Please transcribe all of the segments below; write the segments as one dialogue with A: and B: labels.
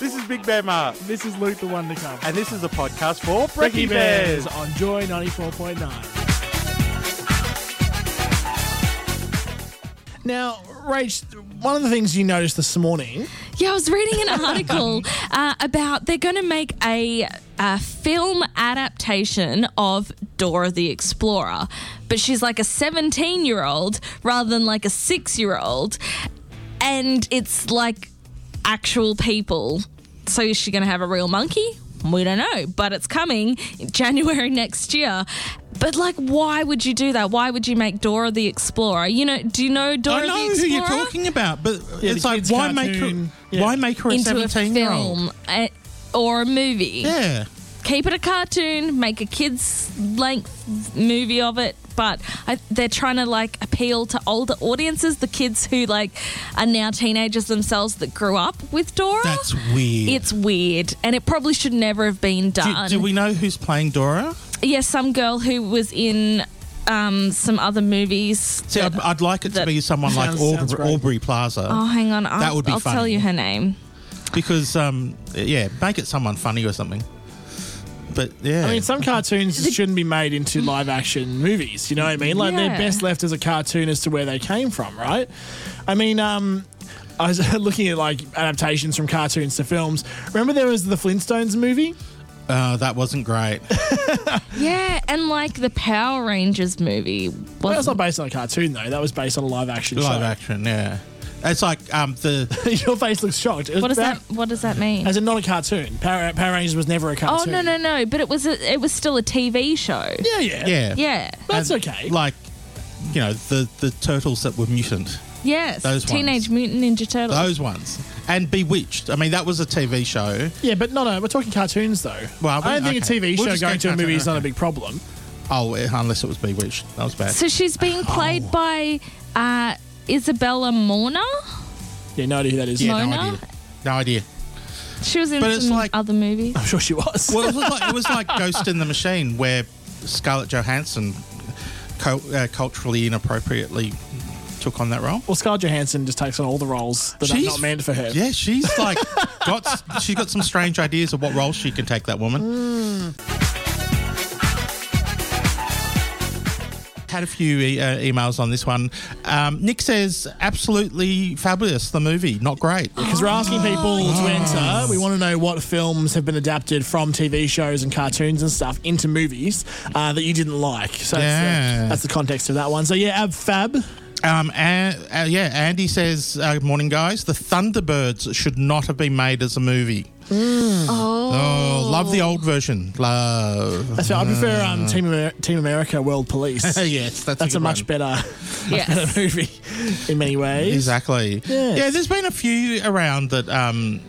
A: This is Big Bear Mark,
B: This is Luke the One to Come.
A: and this is a podcast for
B: Brecky
A: Brecky Bears.
B: on Joy 94.9. Now, Rach, one of the things you noticed this morning,
C: Yeah, I was reading an article uh, about they're going to make a, a film adaptation of Dora the Explorer, but she's like a 17 year old rather than like a six year old. And it's like actual people. So is she going to have a real monkey? We don't know, but it's coming in January next year. But like, why would you do that? Why would you make Dora the Explorer? You know, do you know Dora
A: I
C: the
A: know who
C: Explorer?
A: you're talking about, but it's
B: the
A: like
B: kids'
A: why make her
B: cartoon. Yeah.
A: why make her a
C: into a
A: seventeen year old?
C: film uh, or a movie.
A: Yeah.
C: Keep it a cartoon, make a kids' length movie of it. But I, they're trying to like appeal to older audiences, the kids who like are now teenagers themselves that grew up with Dora.
A: That's weird.
C: It's weird, and it probably should never have been
A: do,
C: done.
A: do we know who's playing Dora?
C: yeah, some girl who was in um, some other movies.
A: See, I'd, I'd like it to
C: that-
A: be someone like
B: Sounds- sounds
A: Aubrey,
B: great.
A: Aubrey Plaza
C: Oh, hang on, I'll,
A: That would be
C: I'll tell
A: funny.
C: you her name.
A: because, um, yeah, make it someone funny or something. But yeah,
B: I mean, some cartoons shouldn't be made into live action movies. You know what I mean? Like, they're
C: Yeah.
B: best left as a cartoon as to where they came from, right? I mean, um, I was looking at like adaptations from cartoons to films. Remember, there was the Flintstones movie?
A: uh, that wasn't great.
C: Yeah, and like the Power Rangers movie.
B: Well, that's
C: wasn't-
B: not based on a cartoon, though. That was based on a live action
A: Live
B: show.
A: action, yeah. It's like um, the
B: Your face looks shocked. It was
C: What does
B: back-
C: that? What does that mean?
B: As in, not a cartoon. Power, Power Rangers was never a
C: Oh
B: cartoon.
C: no no no! But it was a, it was still a TV show.
B: Yeah, yeah,
A: yeah
C: Yeah.
B: That's
A: And,
B: okay.
A: Like you know the the turtles that were mutant,
C: Yes.
A: Those
C: Teenage Mutant Ninja Turtles.
A: those ones, and Bewitched. I mean that was a TV show.
B: yeah, but no, no. We're talking cartoons though.
A: Well,
B: I don't
A: we-
B: think
A: okay.
B: a TV
A: We'll
B: show
A: just go
B: going to a
A: cartoon,
B: movie is not a
A: okay.
B: big problem.
A: Oh, eh, unless it was Bewitched, that was bad.
C: So she's being played
A: Oh.
C: by uh, Isabella Morna.
B: Yeah, no idea who that is.
A: yeah, no
C: Mona?
A: idea. No idea.
C: She was in
A: But it's
C: some
A: like-
C: other movies.
B: I'm sure she was.
A: Well, it was like, it was like Ghost in the Machine, where Scarlett Johansson co- uh, culturally inappropriately took on that role.
B: Well, Scarlett Johansson just takes on all the roles that are not meant for her.
A: Yeah, she's like got s- she got some strange ideas of what role she can take. That woman
B: Hmm.
A: had a few e- uh, emails on this one. Um, Nick says absolutely fabulous. The movie not great.
B: Because we're asking people
A: Oh.
B: to enter. We want to know what films have been adapted from TV shows and cartoons and stuff into movies uh, that you didn't like. So that's,
A: Yeah.
B: the, that's the context of that one. So yeah, Ab Fab.
A: Um, and, uh, yeah, Andy says, uh, "Morning, guys. The Thunderbirds should not have been made as a movie.
C: Oh.
A: Oh, love the old version. Love.
B: That's I prefer um, Team, Amer- Team America World Police.
A: yes, Ah. that's,
B: That's a
A: good
B: much
A: one.
B: better, much
C: Yes.
B: better movie in many ways.
A: Exactly.
B: Yes.
A: Yeah, there's been a few around that um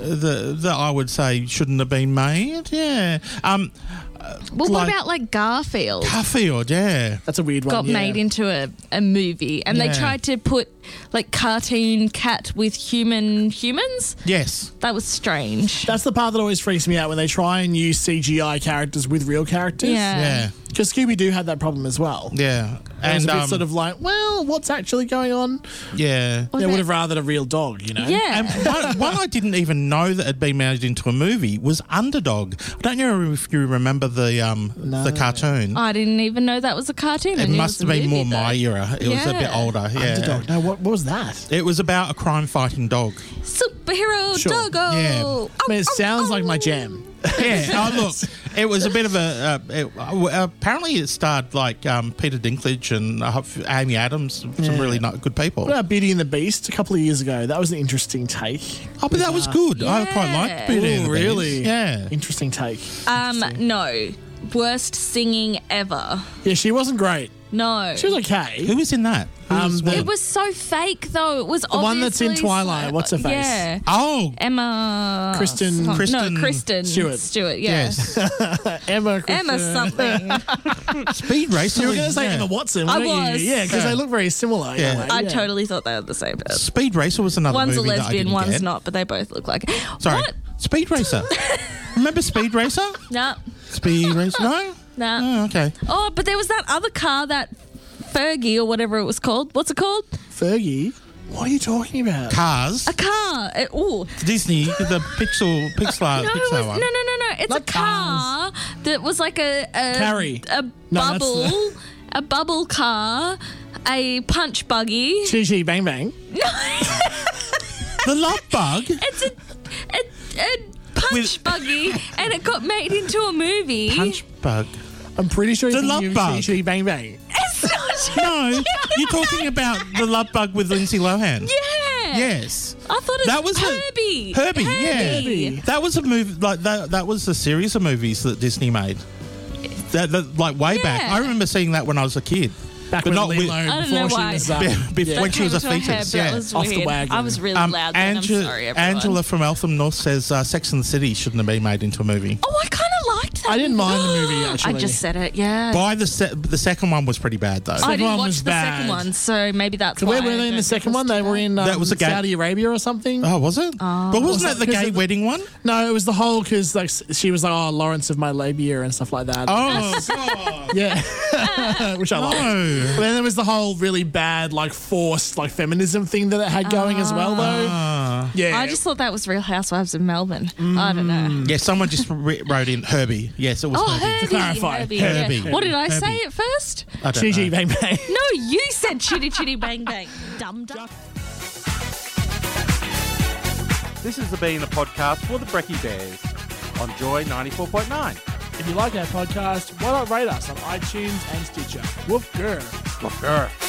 A: the that I would say shouldn't have been made. Yeah. Um
C: Well, what
A: like-
C: about like Garfield?
A: Garfield, yeah.
B: That's a weird one.
C: Got
B: yeah.
C: made into a, a movie, and
A: Yeah.
C: they tried to put like cartoon cat with human humans.
A: Yes.
C: That was strange.
B: That's the part that always freaks me out when they try and use CGI characters with real characters.
C: Yeah.
A: Yeah.
B: Because Scooby Doo had that problem as well.
A: Yeah.
B: And it's
A: And
B: a bit
A: um,
B: sort of like, well, what's actually going on?
A: yeah.
C: Was
B: they would have
C: it-
B: rathered a real dog, you know?
C: yeah.
A: And one, one I didn't even know that had been made into a movie was Underdog. I don't know if you remember the um the cartoon.
C: Oh, I didn't even know that was a cartoon. I
A: it
C: knew
A: must
C: was a
A: have been
C: movie,
A: more
C: though.
A: my era. It was a bit
C: Yeah.
A: older. Yeah.
B: Underdog. No, what, what was that?
A: It was about a crime fighting dog.
C: Superhero
B: Sure.
C: Doggo.
A: Yeah.
C: Oh,
B: I mean, it
C: oh,
B: sounds
C: oh.
B: like my jam.
A: Yeah. Oh, look, it was a bit of a. Uh, it, uh, apparently, it starred like um, Peter Dinklage and uh, Amy Adams, some really not good people.
B: What about Beauty and the Beast a couple of years ago? That was an interesting take.
A: Oh, but that was good. I quite
C: Yeah.
A: liked Beauty and the
B: Ooh,
A: Beast.
B: really?
A: Yeah.
B: Interesting take.
C: Um, no. Worst singing ever.
B: Yeah, she wasn't great.
C: No.
B: She was okay.
A: Who was in that? Who
B: Um,
A: was
B: the-
A: what?
C: it was so fake, though. It was
B: The one that's in
C: obviously so-
B: Twilight, what's her face?
C: Yeah.
A: oh,
C: Emma.
B: Kristen-
C: some-
A: Kristen
C: No, Kristen
B: Stewart.
C: Stewart, yeah.
A: yes.
B: Emma.
C: Emma
B: Christensen.
C: something.
A: Speed racer.
B: You were going to say Emma Watson,
C: I
B: weren't
C: was.
B: you? Yeah, because
A: Yeah.
B: they look very similar. in a
A: Yeah.
B: way,
C: I
B: yeah.
C: totally thought they were the same person.
A: Speed Racer was another
C: One's a
A: movie that I
C: lesbian,
A: didn't
C: one's
A: get.
C: not, but they both look like.
A: Sorry,
C: What?
A: Speed Racer. Remember Speed Racer?
C: No.
A: Speed Racer. No.
C: No.
B: Mm.
A: Oh, okay.
C: Oh, but there was that other car, that Fergie or whatever it was called. What's it called?
B: Fergie. What are you talking about?
A: Cars,
C: A car. Oh,
A: Disney, the Pixel, Pixar,
C: no, it
A: Pixar
C: was, no, no, no,
A: one.
C: no. It's
B: Not
C: a car that was like a a,
B: Carry.
C: a
B: that's
C: bubble, a bubble car, a punch buggy.
B: Chee Chee Bang Bang.
A: The Love Bug.
C: It's a a, a punch
A: With-
C: buggy, and it got made into a movie.
A: Punch Bug.
B: I'm pretty sure
A: The
B: you're
A: Love
B: thinking of
A: Bug.
B: Chee Chee Bang Bang.
C: It's not.
A: No, you're talking about the Love Bug with Lindsay Lohan.
C: Yeah.
A: Yes.
C: I thought it
A: That was
C: was
A: a-
C: Herbie.
A: Herbie,
C: Herbie.
A: yeah. That was a movie like that that was a series of movies that Disney made. That, that like way back.
C: Yeah.
A: I remember seeing that when I was a kid.
B: Back
A: But
B: when
A: not
B: Lilo,
A: with-
C: I don't
B: before
C: know
B: she
C: why.
B: was
C: Be-
B: um,
A: be-
B: yeah.
A: when she was a
C: Came to her,
A: fetus,
C: but
A: yeah.
C: It was
B: Off the
C: weird.
B: wagon.
C: I was really
A: Um,
C: loud. Then.
A: Ange-
C: I'm sorry, everyone.
A: Angela from Eltham North says uh, Sex and the City shouldn't have been made into a movie.
C: Oh, I kind of liked that.
B: I didn't mind the movie,
C: I
B: actually.
C: just said it. Yeah.
A: By the se- the second one was pretty bad though.
C: I didn't
B: one
C: watch
B: was
C: the
B: bad.
C: second one, so maybe that's
B: So
C: why.
B: where were
C: I
B: they in
C: don't
B: the second
C: think
B: one?
C: it's
B: They
C: too
B: were
C: bad.
B: in um,
A: That was a gay-
B: Saudi Arabia or something.
A: oh, was it? but wasn't that the
B: because
A: gay
B: of the-
A: wedding one?
B: No, it was the whole because like s- she was like, "Oh, Lawrence of my labia" and stuff like that.
A: Oh god.
B: Yeah, which I like.
A: No.
B: But then there was the whole really bad like forced like feminism thing that it had going as well though.
A: Ah.
B: Yeah,
C: I just thought that was Real Housewives of Melbourne. I don't
B: Mm,
C: know.
A: Yeah, someone just re- wrote in Herbie. Yes, it was
C: Oh,
A: Herbie.
C: Herbie.
B: clarify,
C: Herbie, yeah.
A: Herbie.
C: What did I
A: Herbie.
C: say at first?
A: I don't
B: Chee Chee
A: know.
B: Bang Bang.
C: No, you said chitty chitty bang bang. Dum dum.
D: This has been a podcast for the Brekkie Bears on Joy 94.9.
B: If you like our podcast, why not rate us on iTunes and Stitcher? Woof girl.
D: Sure.